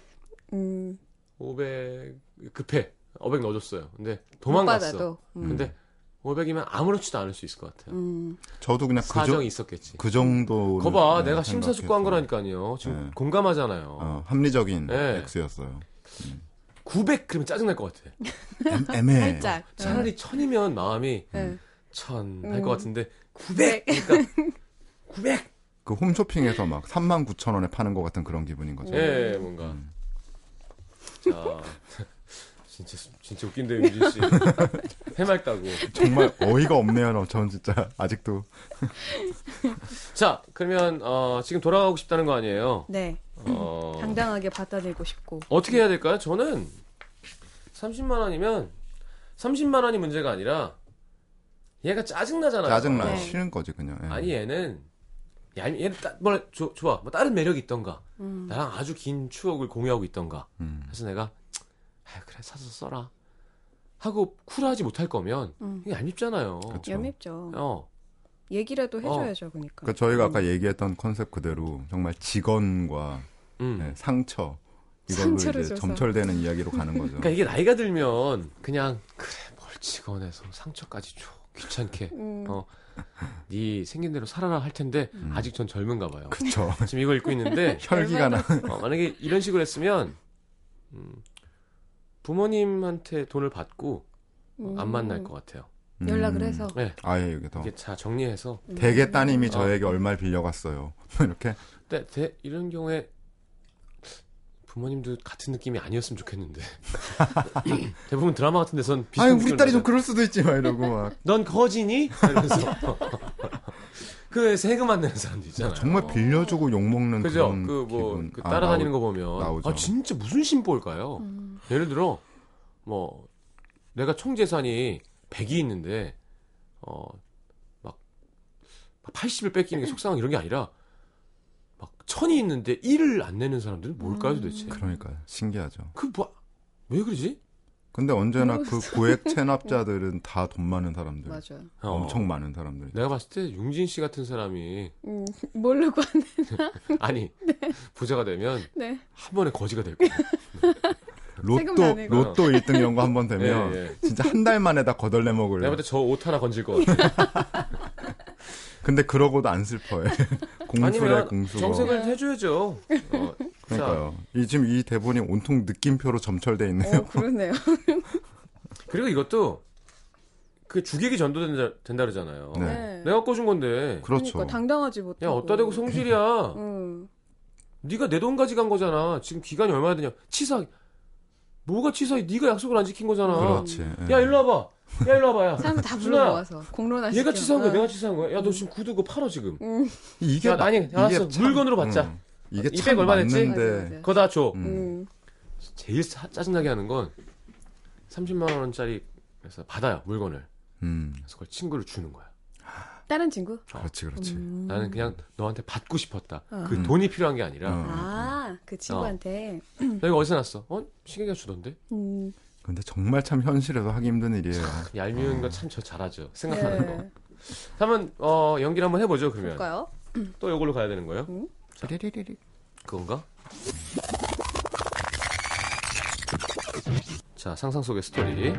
음, 500 급해. 500 넣어줬어요. 근데 못 도망갔어. 그렇죠. 받아도. 음. 근데 500이면 아무렇지도 않을 수 있을 것 같아요. 음. 저도 그냥 그, 사정이 정, 있었겠지. 그 정도. 거봐, 내가 심사숙고한 거라니까요. 지금 네. 공감하잖아요. 어, 합리적인 네. (laughs) X였어요. 900 그러면 짜증날 것 같아. 애- 애매해. 살짝. 차라리 1000이면 마음이 네. 1000 할 음. 것 같은데 900. 그러니까 900. 그 홈쇼핑에서 막 3만 9천 원에 파는 것 같은 그런 기분인 거죠. 예, 뭔가. 음. 자. (laughs) 진짜 진짜 웃긴데 윤진 씨. (laughs) 해맑다고. 정말 어이가 없네요. 너. 전 진짜 (laughs) 아직도 자, 그러면 어, 지금 돌아가고 싶다는 거 아니에요? 네. 어, 당당하게 받아내고 싶고. 어떻게 해야 될까요? 저는 30만 원이면 30만 원이 문제가 아니라 얘가 짜증 나잖아요. 짜증나 네. 싫은 거지 그냥. 예. 아니 얘는 야, 얘는 따, 뭐, 조- 좋아 뭐 다른 매력이 있던가 음. 나랑 아주 긴 추억을 공유하고 있던가 음. 그래서 내가 아 그래 사서 써라 하고 쿨하지 못할 거면 음. 이게 안 입잖아요. 그쵸. 얄밉죠. 어 얘기라도 해줘야죠, 그러니까. 그러니까 저희가 아까 얘기했던 컨셉 그대로 정말 직원과 음. 예, 상처 이걸로 상처를 이제 줘서. 점철되는 이야기로 가는 거죠. (laughs) 그러니까 이게 나이가 들면 그냥 그래 멀찍어내서 상처까지 줘 귀찮게 음. 어. 네 생긴 대로 살아라 할 텐데 아직 전 젊은가 봐요. 음. 그쵸. 지금 이거 읽고 (laughs) 있는데 (laughs) 혈기가 나. 어, 만약에 이런 식으로 했으면 음, 부모님한테 돈을 받고 어, 안 음. 만날 것 같아요. 음. 연락을 해서. 음. 네, 아예 여기 더. 이게 자 정리해서 대개 따님이 어. 저에게 얼마를 빌려갔어요. (laughs) 이렇게 네, 대- 이런 경우에 부모님도 같은 느낌이 아니었으면 좋겠는데 (laughs) 대부분 드라마 같은 데선 비슷한 아니 우리 느낌을 딸이 좀 받아요. 그럴 수도 있지 막 이러고 막 (laughs) 넌 거지니? 이러면서 (laughs) 그 세금 안 내는 사람도 있잖아요. 정말 빌려주고 욕 먹는 어. 그죠? 그런 그 뭐 기분. 그 아, 따라다니는 나오- 거 보면 나오죠. 아 진짜 무슨 심보일까요? 음, 예를 들어 뭐 내가 총 재산이 100이 있는데 어막 80을 뺏기는 게 속상한 이런 게 아니라 막 천이 있는데 1을 안 내는 사람들은 뭘까요 도대체? 그러니까 신기하죠. 그뭐왜 그러지? 근데 언제나 그 모르겠어요. (laughs) 고액 체납자들은 다 돈 많은 사람들, 맞아. 요 어, 엄청 많은 사람들. 내가 봤을 때 용진 씨 같은 사람이 음, (laughs) 모르고 하는. 아니 부자가 되면 네. 한 번에 거지가 될 거예요. 세금도 로또 안 내고. 로또 1등 이런 거 한 번 되면 (laughs) 예, 네, 예. 진짜 한 달 만에 다 거덜내 먹을. 내가 볼 때 저 옷 하나 건질 것 같아요. 근데 그러고도 안 슬퍼해. (laughs) 공수래 아니면 공수거. 정색을 해줘야죠. 어, 자, 그러니까요. 이 지금 이 대본이 온통 느낌표로 점철돼 있네요. 어, 그러네요. 그리고 이것도 그 주객이 전도된다 된다 그러잖아요. 네. 네. 내가 꿔준 건데. 그렇죠. 그러니까 당당하지 못하고. 야 어따 대고 성질이야. (laughs) 음. 네가 내 돈 가져간 거잖아. 지금 기간이 얼마나 되냐. 치사. 뭐가 치사해? 네가 약속을 안 지킨 거잖아. 그렇지. 예. 야 일로 와봐. 야 일로 와봐. 야. (laughs) 사람들 다 불러 아, 누나, 모아서 공론화 시켜. 얘가 치사한 거야. 어. 내가 치사한 거야. 야 너 지금 구두 그거 팔어 지금. 음. 이게 야, 마- 아니, 알았어. 참- 물건으로 받자. 음. 이게 200 참 얼마 됐지? 네, 맞아, 맞아. 맞는데. 그거 다 줘. 음. 음. 제일 사- 짜증나게 하는 건 30만 원짜리 그래서 받아요 물건을. 음. 그래서 그걸 친구를 주는 거야. 다른 친구? 그렇지, 그렇지. 음. 나는 그냥 너한테 받고 싶었다. 어. 음. 그 돈이 필요한 게 아니라 어. 아, 그 친구한테. 음. 나 이거 어디서 났어? 어? 시계가 주던데? 음. 근데 정말 참 현실에서 하기 힘든 일이에요. 얄미운 거 참 저 잘하죠. 아. (laughs) 생각하는 거. 네. 한번 어, 연기를 한번 해보죠 그러면. 볼까요? 또 이걸로 가야 되는 거예요? 음. 자. 그건가? 자 상상 속의 스토리.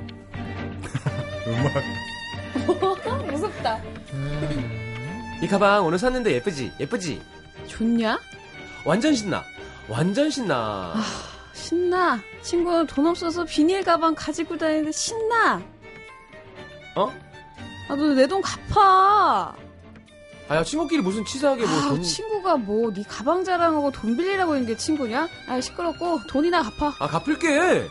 음악. 무섭다. 이 가방 오늘 샀는데 예쁘지? 예쁘지? 좋냐? 완전 신나. 완전 신나. 신나. 친구는 돈 없어서 비닐 가방 가지고 다니는데 신나. 어? 아, 너 내 돈 갚아. 아야 친구끼리 무슨 치사하게 뭐 아, 돈. 친구가 뭐 네 가방 자랑하고 돈 빌리라고 하는 게 친구냐? 아, 시끄럽고 돈이나 갚아. 아 갚을게.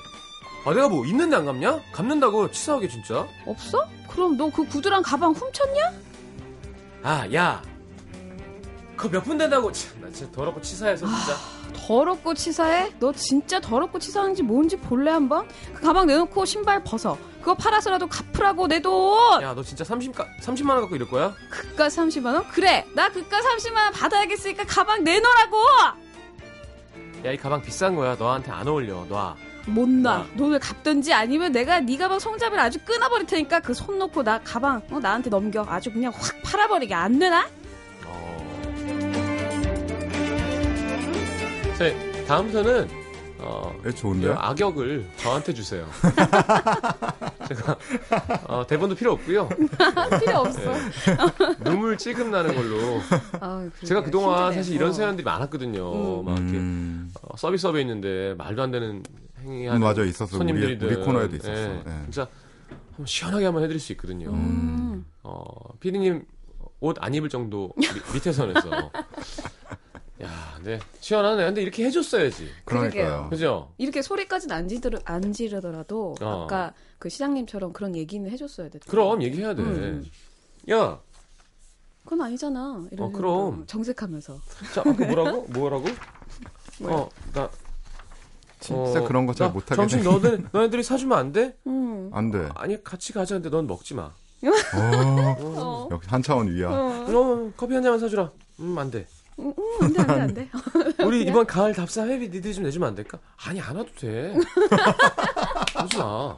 아 내가 뭐 있는데 안 갚냐? 갚는다고 치사하게 진짜. 없어? 그럼 너 그 구두랑 가방 훔쳤냐? 아, 야. 그거 몇 분 된다고 참, 나 진짜 더럽고 치사해서 진짜 더럽고 치사해? 너 진짜 더럽고 치사한지 뭔지 볼래 한번? 그 가방 내놓고 신발 벗어. 그거 팔아서라도 갚으라고 내 돈! 야 너 진짜 30가, 30만 원 갖고 이럴 거야? 그깟 30만원? 그래! 나 그깟 30만원 받아야겠으니까 가방 내놓으라고! 야 이 가방 비싼 거야 너한테 안 어울려 놔 못 나. 야. 돈을 갚든지 아니면 내가 네 가방 손잡이를 아주 끊어버릴 테니까 그 손 놓고 나 가방 어, 나한테 넘겨. 아주 그냥 확 팔아버리게 안 되나? 어. 네, 다음 선은 어, 예, 이 좋은데요? 악역을 저한테 (laughs) 주세요. 제가 어, 대본도 필요 없고요. (laughs) 필요 없어. 예, 눈물 찔끔 나는 걸로. 아, 제가 그러게. 그동안 힘드네요. 사실 이런 사연들이 많았거든요. 음. 막뭐 이렇게 음, 어, 서비스업에 있는데 말도 안 되는 행위하는 음, 맞아 있었어 우리, 손님들이 네. 우리 코너에도 있었어. 예. 진짜 한번 시원하게 한번 해드릴 수 있거든요. 음. 어, 피디님 옷 안 입을 정도 밑- 밑에 (laughs) 선에서. 야, 네. 시원하네. 근데 이렇게 해줬어야지. 그러니까요. 그죠? 이렇게 소리까지는 안, 지르, 안 지르더라도 어. 아까 그 시장님처럼 그런 얘기는 해줬어야 됐다. 그럼 얘기해야 돼. 음. 야, 그건 아니잖아. 이런 어, 그럼. 식으로 정색하면서. 자, 아까 뭐라고? 뭐라고? 어, 나 진짜 어, 그런 거 잘 나 못하겠네. 네. 점심 (laughs) 너네 너네들이 사주면 안 돼? (laughs) 음. 안 돼. 아니 같이 가자는데 넌 먹지 마. 어, 어. 역시 한 차원 위야. 그럼 커피 한 잔만 사주라. 음, 안 돼. 음, 음, 안 돼, 안 돼, 안 돼. 우리 이번 가을 답사 회비 니들이 좀 내주면 안 될까? 아니 안 와도 (laughs) 돼. 오지 마.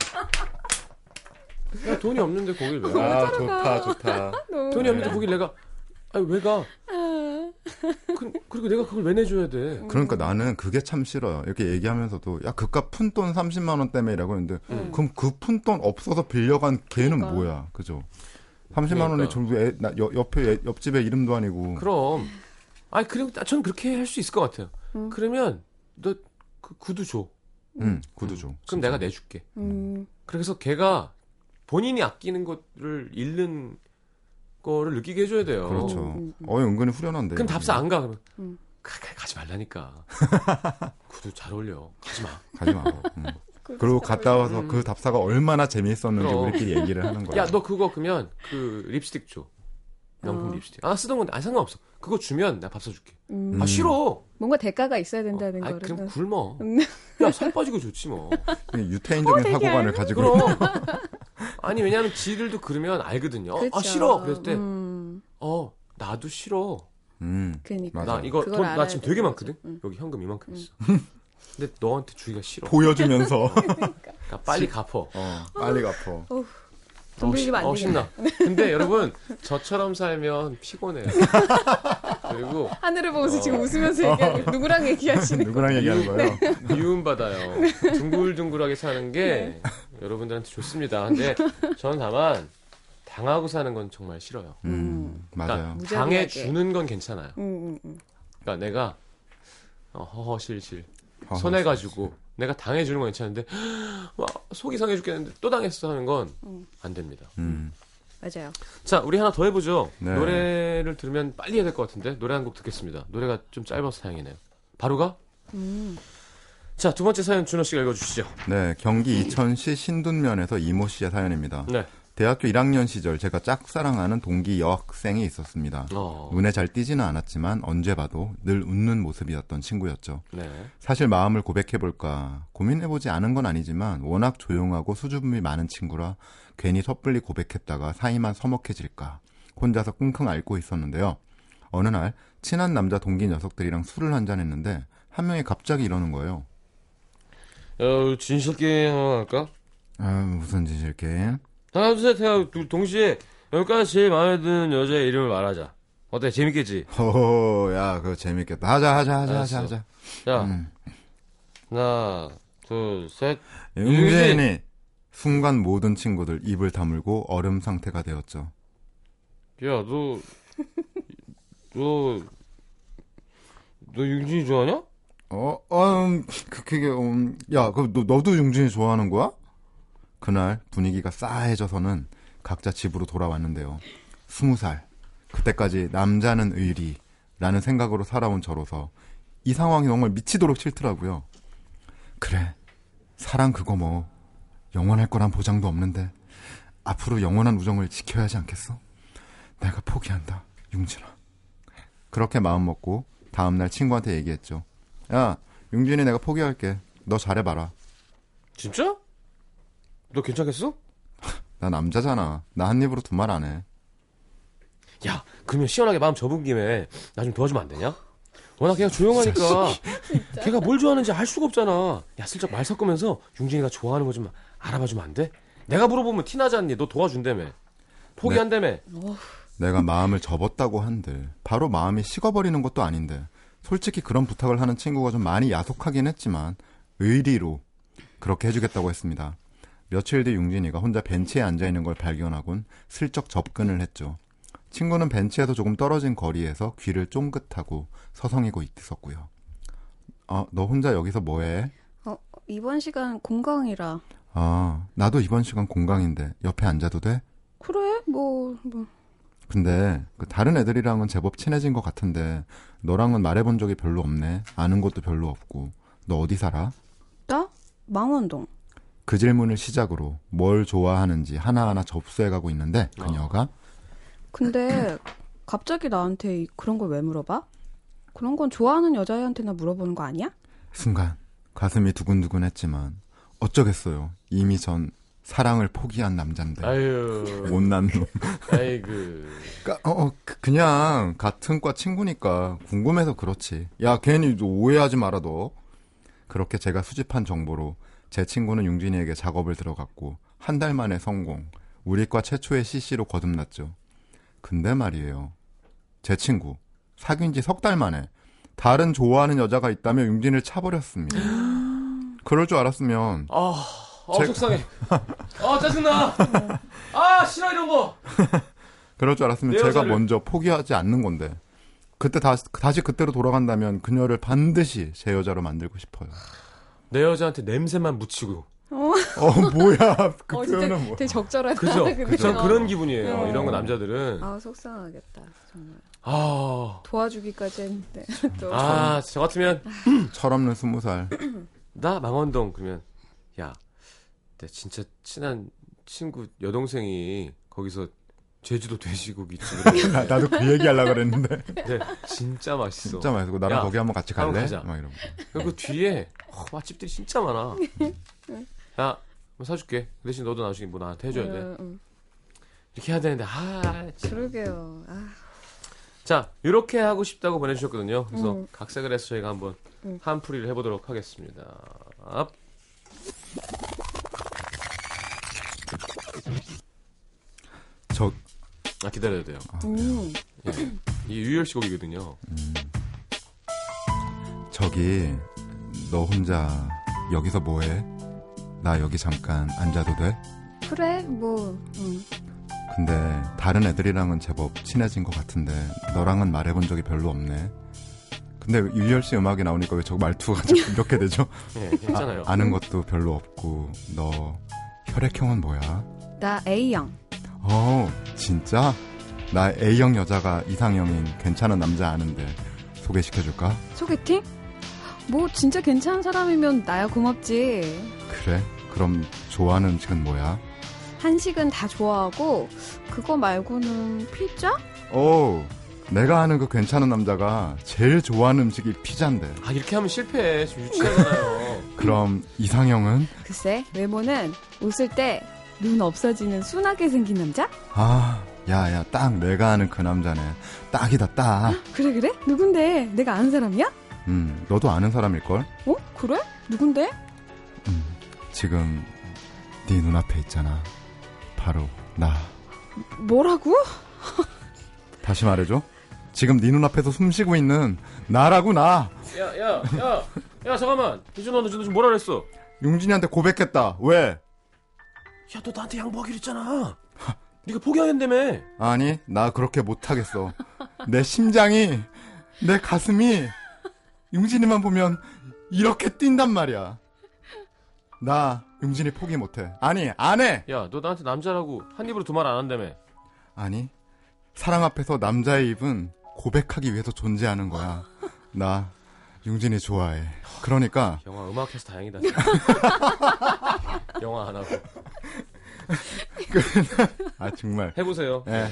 야 돈이 없는데 거길 왜? 가? 아 좋다 좋다. 돈이 없는데 거길 내가 아니 왜 가? 그, 그리고 내가 그걸 왜 내줘야 돼? 그러니까 나는 그게 참 싫어요. 이렇게 얘기하면서도 야 그깟 푼돈 30만 원 때문에라고 했는데 그럼 그 푼 돈 없어서 빌려간 걔는 그러니까. 뭐야, 그죠? 30만 그러니까. 원이 전부 애, 나, 여- 옆에 애- 옆집에 이름도 아니고. 그럼. 아니 그리고 나- 전 그렇게 할 수 있을 것 같아요. 음. 그러면 너 그 구두 줘. 응, 음, 구두 줘. 그럼 내가 내줄게. 음. 그래서 걔가 본인이 아끼는 것을 잃는 거를 느끼게 해줘야 돼요. 그렇죠. 음, 어이 은근히 후련한데. 그럼 답사 안 가. 그러면 음. 가, 가, 가지 (laughs) 말라니까. 구두 잘 어울려. 가지 마. 가지 마. 음. 그리고 갔다 와서 음. 그 답사가 얼마나 재미있었는지 그럼. 우리끼리 얘기를 하는 거야. 야, 너 그거 그러면 그 립스틱 줘. 명품 어. 립스틱. 아, 쓰던 건데. 아, 상관없어. 그거 주면 나 밥 사줄게. 음. 아, 싫어. 뭔가 대가가 있어야 어, 된다는 아이, 거를. 그럼 굶어. 음. 야, 살 빠지고 좋지 뭐. 유태인적인 사고관을 가지고 그럼. 아니, 왜냐면 지들도 그러면 알거든요. 어, 아, 그렇죠. 싫어. 그랬을 때, 음, 어, 나도 싫어. 음. 그니까. 맞아. 나 이거 그걸 돈 나 알아야 지금 되는 음. 되게 거죠. 많거든. 응. 여기 현금 이만큼 있어. 근데 너한테 주기가 싫어. 음. 보여주면서 그러니까 빨리 갚어. 어, 빨리 갚어. (laughs) 돈 빌리면 안 어, 되겠네. 신나. 근데 여러분 저처럼 살면 피곤해요. 그리고 하늘을 (laughs) 보면서 어. 지금 웃으면서 얘기하고 누구랑 얘기하시는 누구랑 얘기하는 거예요? 미움 받아요. 둥글둥글하게 사는 네. 게 여러분들한테 좋습니다. 근데 저는 다만 당하고 사는 건 정말 싫어요. 음, 맞아요. 그러니까 무자비하게. 당해 주는 건 괜찮아요. 음, 음, 음. 그러니까 내가 어, 허허실실 아, 손해가지고 내가 당해주는 건 괜찮은데 막 속이 상해 죽겠는데 또 당했어 하는 건 안 됩니다. 음. 맞아요. 자 우리 하나 더 해보죠. 네. 노래를 들으면 빨리 해야 될 것 같은데 노래 한 곡 듣겠습니다. 노래가 좀 짧아서 다행이네요. 바로 가? 자 두 번째 사연 준호 씨가 읽어주시죠. 네, 경기 이천시 신둔면에서 이모 씨의 사연입니다. 네. 대학교 1학년 시절 제가 짝사랑하는 동기 여학생이 있었습니다. 어. 눈에 잘 띄지는 않았지만 언제 봐도 늘 웃는 모습이었던 친구였죠. 네. 사실 마음을 고백해볼까 고민해보지 않은 건 아니지만 워낙 조용하고 수줍음이 많은 친구라 괜히 섣불리 고백했다가 사이만 서먹해질까 혼자서 끙끙 앓고 있었는데요. 어느 날 친한 남자 동기 녀석들이랑 술을 한잔 했는데 한 명이 갑자기 이러는 거예요. 어, 진실 게임 하나 할까? 아 무슨 짓일 게? 하나 둘셋 해요. 둘- 동시에 여기까지 제일 마음에 드는 여자의 이름을 말하자. 어때 재밌겠지? 허허 야 그거 재밌겠다 하자 하자 하자 알았어. 하자 하자. 자 하나 둘 셋. 윤진이 순간 모든 친구들 입을 다물고 얼음 상태가 되었죠. 야, 너, 너, 너 융진이 좋아하냐? 어, 어, 음, 그, 그게, 음, 야, 그, 너, 너도 융진이 좋아하는 거야? 그날 분위기가 싸해져서는 각자 집으로 돌아왔는데요. 스무 살. 그때까지 남자는 의리라는 생각으로 살아온 저로서 이 상황이 정말 미치도록 싫더라고요. 그래. 사랑 그거 뭐, 영원할 거란 보장도 없는데, 앞으로 영원한 우정을 지켜야 하지 않겠어? 내가 포기한다, 융진아. 그렇게 마음 먹고 다음날 친구한테 얘기했죠. 야, 용진이 내가 포기할게. 너 잘해봐라. 진짜? 너 괜찮겠어? 나 남자잖아. 나 한 입으로 두 말 안 해. 야, 그러면 시원하게 마음 접은 김에 나 좀 도와주면 안 되냐? 워낙 걔가 (laughs) 조용하니까 걔가 뭘 좋아하는지 알 수가 없잖아. 야, 슬쩍 말 섞으면서 융진이가 좋아하는 거 좀 알아봐주면 안 돼? 내가 물어보면 티나지 않니? 너 도와준다며. 포기한다며. 내가 마음을 접었다고 한들 바로 마음이 식어버리는 것도 아닌데 솔직히 그런 부탁을 하는 친구가 좀 많이 야속하긴 했지만 의리로 그렇게 해주겠다고 했습니다. 며칠 뒤 융진이가 혼자 벤치에 앉아있는 걸 발견하곤 슬쩍 접근을 했죠. 친구는 벤치에서 조금 떨어진 거리에서 귀를 쫑긋하고 서성이고 있었고요. 아, 너 혼자 여기서 뭐해? 이번 시간 공강이라. 아, 나도 이번 시간 공강인데 옆에 앉아도 돼? 그래? 뭐, 뭐. 근데 그 다른 애들이랑은 제법 친해진 것 같은데 너랑은 말해본 적이 별로 없네. 아는 것도 별로 없고 너 어디 살아? 나? 망원동. 그 질문을 시작으로 뭘 좋아하는지 하나하나 접수해가고 있는데 그녀가 (laughs) 근데 갑자기 나한테 이- 그런 걸 왜 물어봐? 그런 건 좋아하는 여자애한테나 물어보는 거 아니야? 순간 가슴이 두근두근했지만 어쩌겠어요. 이미 전 사랑을 포기한 남잔데 아유, 못난 놈. 아이고. 까- 어, 어, 그- 그냥 같은 과 친구니까 궁금해서 그렇지. 야, 괜히 너 오해하지 마라 너. 그렇게 제가 수집한 정보로 제 친구는 융진이에게 작업을 들어갔고 한 달 만에 성공. 우리 과 최초의 CC로 거듭났죠. 근데 말이에요. 제 친구 사귄 지 석 달 만에 다른 좋아하는 여자가 있다며 융진을 차버렸습니다. 그럴 줄 알았으면 아, 아 제- 속상해. 아, (laughs) 짜증나. 아, 싫어, 이런 거. 그럴 줄 알았으면 내 제가 여자를- 먼저 포기하지 않는 건데 그때 다시 다시 그때로 돌아간다면 그녀를 반드시 제 여자로 만들고 싶어요. 내 여자한테 냄새만 묻히고. 어 뭐야 (laughs) 그 어, 진짜 표현은 뭐? 되게 (laughs) 적절하다. (laughs) 그죠? 근데. 전 그런 기분이에요. 네. 이런 거 남자들은. 아, 속상하겠다. 정말. 아, 도와주기까지 했는데. 또. 아, 저 같으면 철없는 스무 살. 나 망원동 그러면 야, 내 진짜 친한 친구 여동생이 거기서 제주도 돼지고기 (laughs) 집을 나- 나도 그 얘기하려 그랬는데 근데 진짜 맛있어. (laughs) 진짜 맛있고 나랑 야, 거기 한번 같이 한번 갈래? 가자. 막 이러고. 그리고 그 뒤에 어, 맛집들이 진짜 많아. 야, 뭐 사줄게. 그 대신 너도 나중에 뭐 나한테 해줘야 돼. 음, 음. 이렇게 해야 되는데 아. 참. 그러게요. 아, 자, 이렇게 하고 싶다고 보내주셨거든요. 그래서 음. 각색을 해서 저희가 한번 음. 한풀이를 해보도록 하겠습니다. 아, 앞. 저 아 기다려야 돼요. 음. 예. 이게 유열씨 곡이거든요. 저기 너 혼자 여기서 뭐해? 나 여기 잠깐 앉아도 돼? 그래, 뭐. 음. 근데 다른 애들이랑은 제법 친해진 것 같은데 너랑은 말해본 적이 별로 없네. 근데 유열 씨 음악이 나오니까 왜 저 말투가 자꾸 이렇게 되죠? 예, 괜찮아요. 아, 는 것도 별로 없고 너 혈액형은 뭐야? 나 A형. 어 진짜? 나 A형 여자가 이상형인 괜찮은 남자 아는데 소개시켜줄까? 소개팅? 뭐, 진짜 괜찮은 사람이면 나야 고맙지. 그래? 그럼 좋아하는 음식은 뭐야? 한식은 다 좋아하고 그거 말고는 피자? 오 내가 아는 그 괜찮은 남자가 제일 좋아하는 음식이 피자인데 아 이렇게 하면 실패해. 지금 유치하잖아요. 그럼 이상형은? 글쎄 외모는 웃을 때 눈 없어지는 순하게 생긴 남자? 아, 야, 야, 딱 내가 아는 그 남자네. 딱이다, 딱. 그래 그래 누군데 내가 아는 사람이야? 음, 너도 아는 사람일걸? 어 그래 누군데? 음, 지금 네 눈앞에 있잖아. 바로 나. 뭐라고? 다시 말해줘. 지금 네 눈앞에서 숨쉬고 있는 나라고 나. (laughs) 야, 야, 야, 야, 잠깐만. 이준호 너 지금 뭐라 그랬어? 용진이한테 고백했다. 왜? 야, 너 나한테 양보하기로 했잖아. 네가 포기하겠다며. 아니, 나 그렇게 못하겠어. 내 심장이, 내 가슴이 용진이만 보면 이렇게 뛴단 말이야. 나 용진이 포기 못해. 아니, 안 해. 야, 너 나한테 남자라고 한 입으로 두 말 안 한다며. 아니, 사랑 앞에서 남자의 입은 고백하기 위해서 존재하는 거야. 나 융진이 좋아해. 그러니까 영화 음악해서 다행이다. (laughs) 영화 안 하고 아 정말. 아, 해보세요. 네. 예.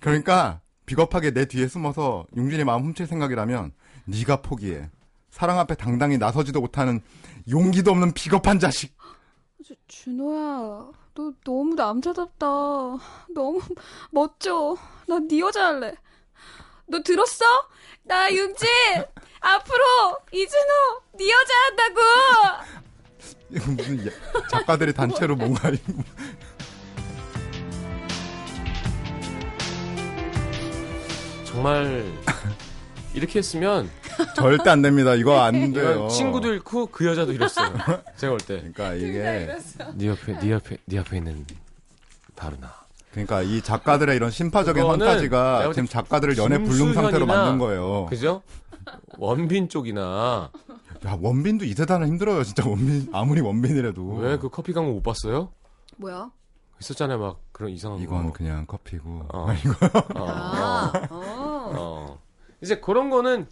그러니까 비겁하게 내 뒤에 숨어서 용진의 마음 훔칠 생각이라면 네가 포기해. 사랑 앞에 당당히 나서지도 못하는 용기도 없는 비겁한 자식. (laughs) 주- 준호야, 너 너무 남자답다. 너무 멋져. 나 네 여자 할래. 너 들었어? 나 윤진! 앞으로 이준호 네 여자 한다고! 이거 무슨 야- 작가들이 단체로 뭔가 (laughs) 이- 정말 이렇게 했으면 절대 안 됩니다. 이거 안 돼요. 이건 친구도 잃고 그 여자도 잃었어요. 제가 볼 때. 그러니까 이게 네 옆에 네 옆에 네 옆에 있는 다루나. 그러니까 이 작가들의 이런 심파적인 그거는 내가 환타지가 볼 지금 때 작가들을 연애 불능 상태로 김수현이나 만든 거예요. 그죠? 원빈 쪽이나 야 원빈도 이 세단은 힘들어요. 진짜 원빈 아무리 원빈이라도 왜 그 커피 광고 못 봤어요? 뭐야? 있었잖아요, 막 그런 이상한 이건 거. 그냥 커피고 어. 어, 아, 어. 어, 어. 이제 그런 거는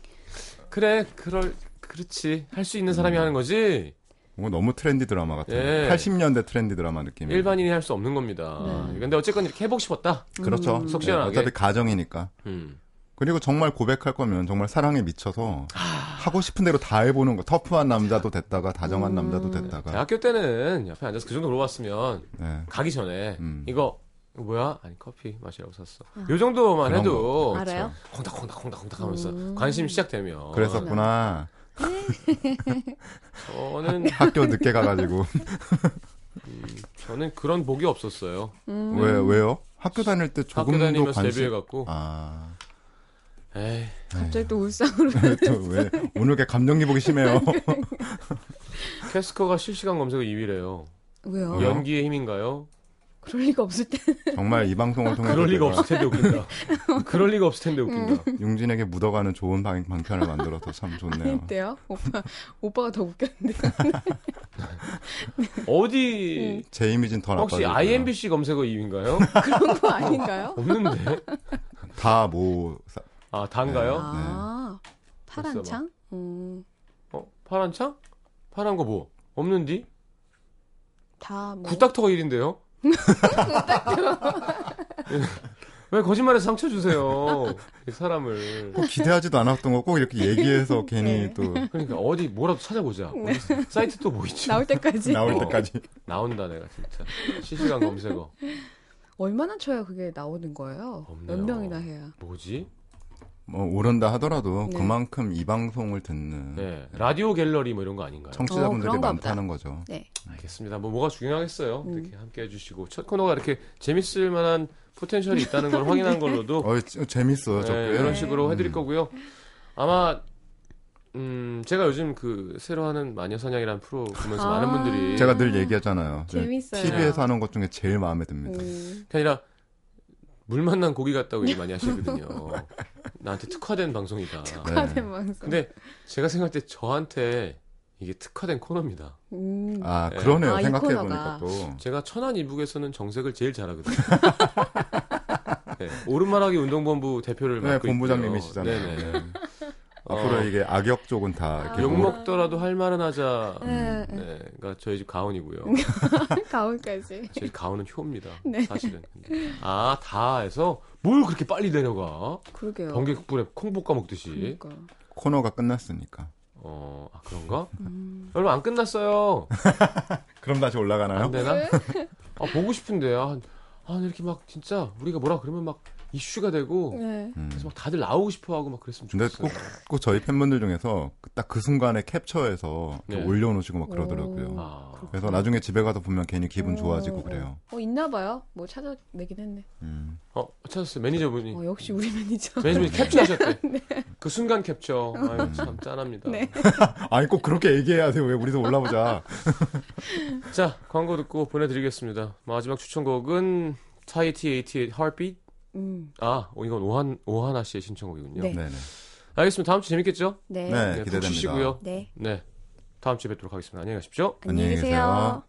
그래, 그럴 그렇지 할 수 있는 음. 사람이 하는 거지 뭔가 너무 트렌디 드라마 같아요. 예. 80년대 트렌디 드라마 느낌. 일반인이 할 수 없는 겁니다. 네. 근데 어쨌건 이렇게 해보고 싶었다. 그렇죠. 음, 속 네, 시원하게. 어차피 가정이니까. 음. 그리고 정말 고백할 거면 정말 사랑에 미쳐서 아. 하고 싶은 대로 다 해보는 거. 터프한 남자도 됐다가 다정한 음. 남자도 됐다가. 대학교 때는 옆에 앉아서 그 정도 물어봤으면 네. 가기 전에 음. 이거 이거 뭐야? 아니 커피 마시라고 샀어. 요 정도만 그런 해도 아. 알아요? 음. 콩닥콩닥콩닥콩닥 하면서 관심 시작되면 네. 그랬었구나. 저는 학교 늦게 (laughs) 가가지고 저는 그런 복이 없었어요. 왜 왜요? 학교 다닐 때 음. 학교 조금도 다니면서 관심. 데뷔해갖고 아, (laughs) 에이 갑자기 또 울상으로. 또왜 오늘 게 감정 (laughs) 기복이 심해요. 캐스커가 실시간 검색어 2위래요. 어. 왜요? 왜요? 연기의 힘인가요? 그럴 리가 없을 때. 정말 이 방송을 네, 통해서 그럴 리가 제가 없을 텐데 웃긴다. (laughs) 음. 그럴 리가 없을 텐데 웃긴다. 용진에게 묻어가는 좋은 방, 방편을 만들어서 참 좋네요. 때요? 오빠, 오빠가 더 웃겼는데. 어디 제 이미지는 더 나빠지고 혹시 IMBC 검색어 2위인가요? 그런 거 아닌가요? 없는데. 다뭐 아 네. 단가요? 아, 뭐. 파란 창? 음, 어 파란 창? 파란 거 뭐? 없는디? 다 뭐. 구닥터가 (laughs) 1인데요? 왜 거짓말에서 상처 주세요? 이 사람을. 꼭뭐 기대하지도 않았던 거 꼭 이렇게 (laughs) 얘기해서 괜히 네. 또 그러니까 어디 뭐라도 찾아보자. 어디 사이트 또 뭐 있지? (laughs) 나올 때까지. (laughs) 나올 때까지 나온다 내가 진짜. 실시간 검색어. 얼마나 쳐야 그게 나오는 거예요? 없네요. 몇 명이나 해야? 뭐지? 뭐 오른다 하더라도 네. 그만큼 이 방송을 듣는 네. 라디오 갤러리 뭐 이런 거 아닌가요? 어, 청취자분들이 그런가 많다는 거죠. 알겠습니다. 뭐 뭐가 중요하겠어요. 이렇게 함께 해주시고 첫 코너가 이렇게 재밌을 만한 포텐셜이 있다는 걸 확인한 걸로도 어 재- 재밌어요. 음. 저 네, 꽤. 이런 음. 식으로 해드릴 거고요. 아마 음 제가 요즘 그 새로 하는 마녀사냥이라는 프로 보면서 아. 많은 분들이 제가 늘 얘기하잖아요. 재밌어요. TV에서 네, 하는 것 중에 제일 마음에 듭니다. 음, 그게 아니라 물 만난 고기 같다고 얘기 많이 하시거든요. 나한테 특화된 방송이다. 과대 방송. 네. 근데 제가 생각할 때 저한테 이게 특화된 코너입니다. 음. 아 네. 그러네요. 아, 이 생각해 코너가. 보니까 또 제가 천안 이북에서는 정색을 제일 잘하거든요. (laughs) 네, 오른말하기 운동본부 대표를 네, 맡고 본부장님이시잖아요. 있고요. 네. 네네. (laughs) 어. 앞으로 이게 악역 쪽은 다 이렇게 뭐 욕 보고- 먹더라도 할 만한 하자. 네, 네. 네, 가 저희 집 가온이고요. 가을까지. 저희 집 가온은 효입니다. (laughs) 네. 사실은. 근데 아, 다 해서 뭘 그렇게 빨리 내려가? 그러게요. 번개국불에 콩볶아 먹듯이. 그러니까. 코너가 끝났으니까. 어, 아, 그런가? 음. 얼마 안 끝났어요. 그럼 다시 올라가나요? 안 되나? 아, 보고 싶은데. 아, 아, 이렇게 막 진짜 우리가 뭐라 그러면 막 이슈가 되고 네. 음. 그래서 막 다들 나오고 싶어 하고 막 그랬으면 근데 좋겠어요. 꼭, 꼭 저희 팬분들 중에서 딱 그 순간에 캡처해서 이렇게 네. 올려놓으시고 막 그러더라고요. 아, 그래서 나중에 집에 가서 보면 괜히 기분 좋아지고 어, 그래요. 어, 있나 봐요. 뭐 찾아내긴 했네. 음. 어, 찾았어요. 매니저분이. 어, 역시 우리 매니저. 네. 매니저분이 (laughs) 캡처하셨대. 그 순간 캡처. 음. 아유, 참 짠합니다. 네. 아니 꼭 그렇게 얘기해야 돼요. 왜 우리도 올라보자. 자, 광고 듣고 보내드리겠습니다. 마지막 추천곡은 타이티88 Heartbeat. 음. 아, 이건 오한, 오하나 씨의 신청곡이군요. 네. (laughs) 네네. 알겠습니다. 다음 주 재밌겠죠? 네. 네, 푹 기대됩니다. 쉬시고요. 네. 네. 다음 주에 뵙도록 하겠습니다. 안녕히 가십시오. 안녕히 계세요.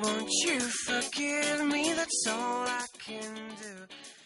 Won't you forgive me? That's all I can do.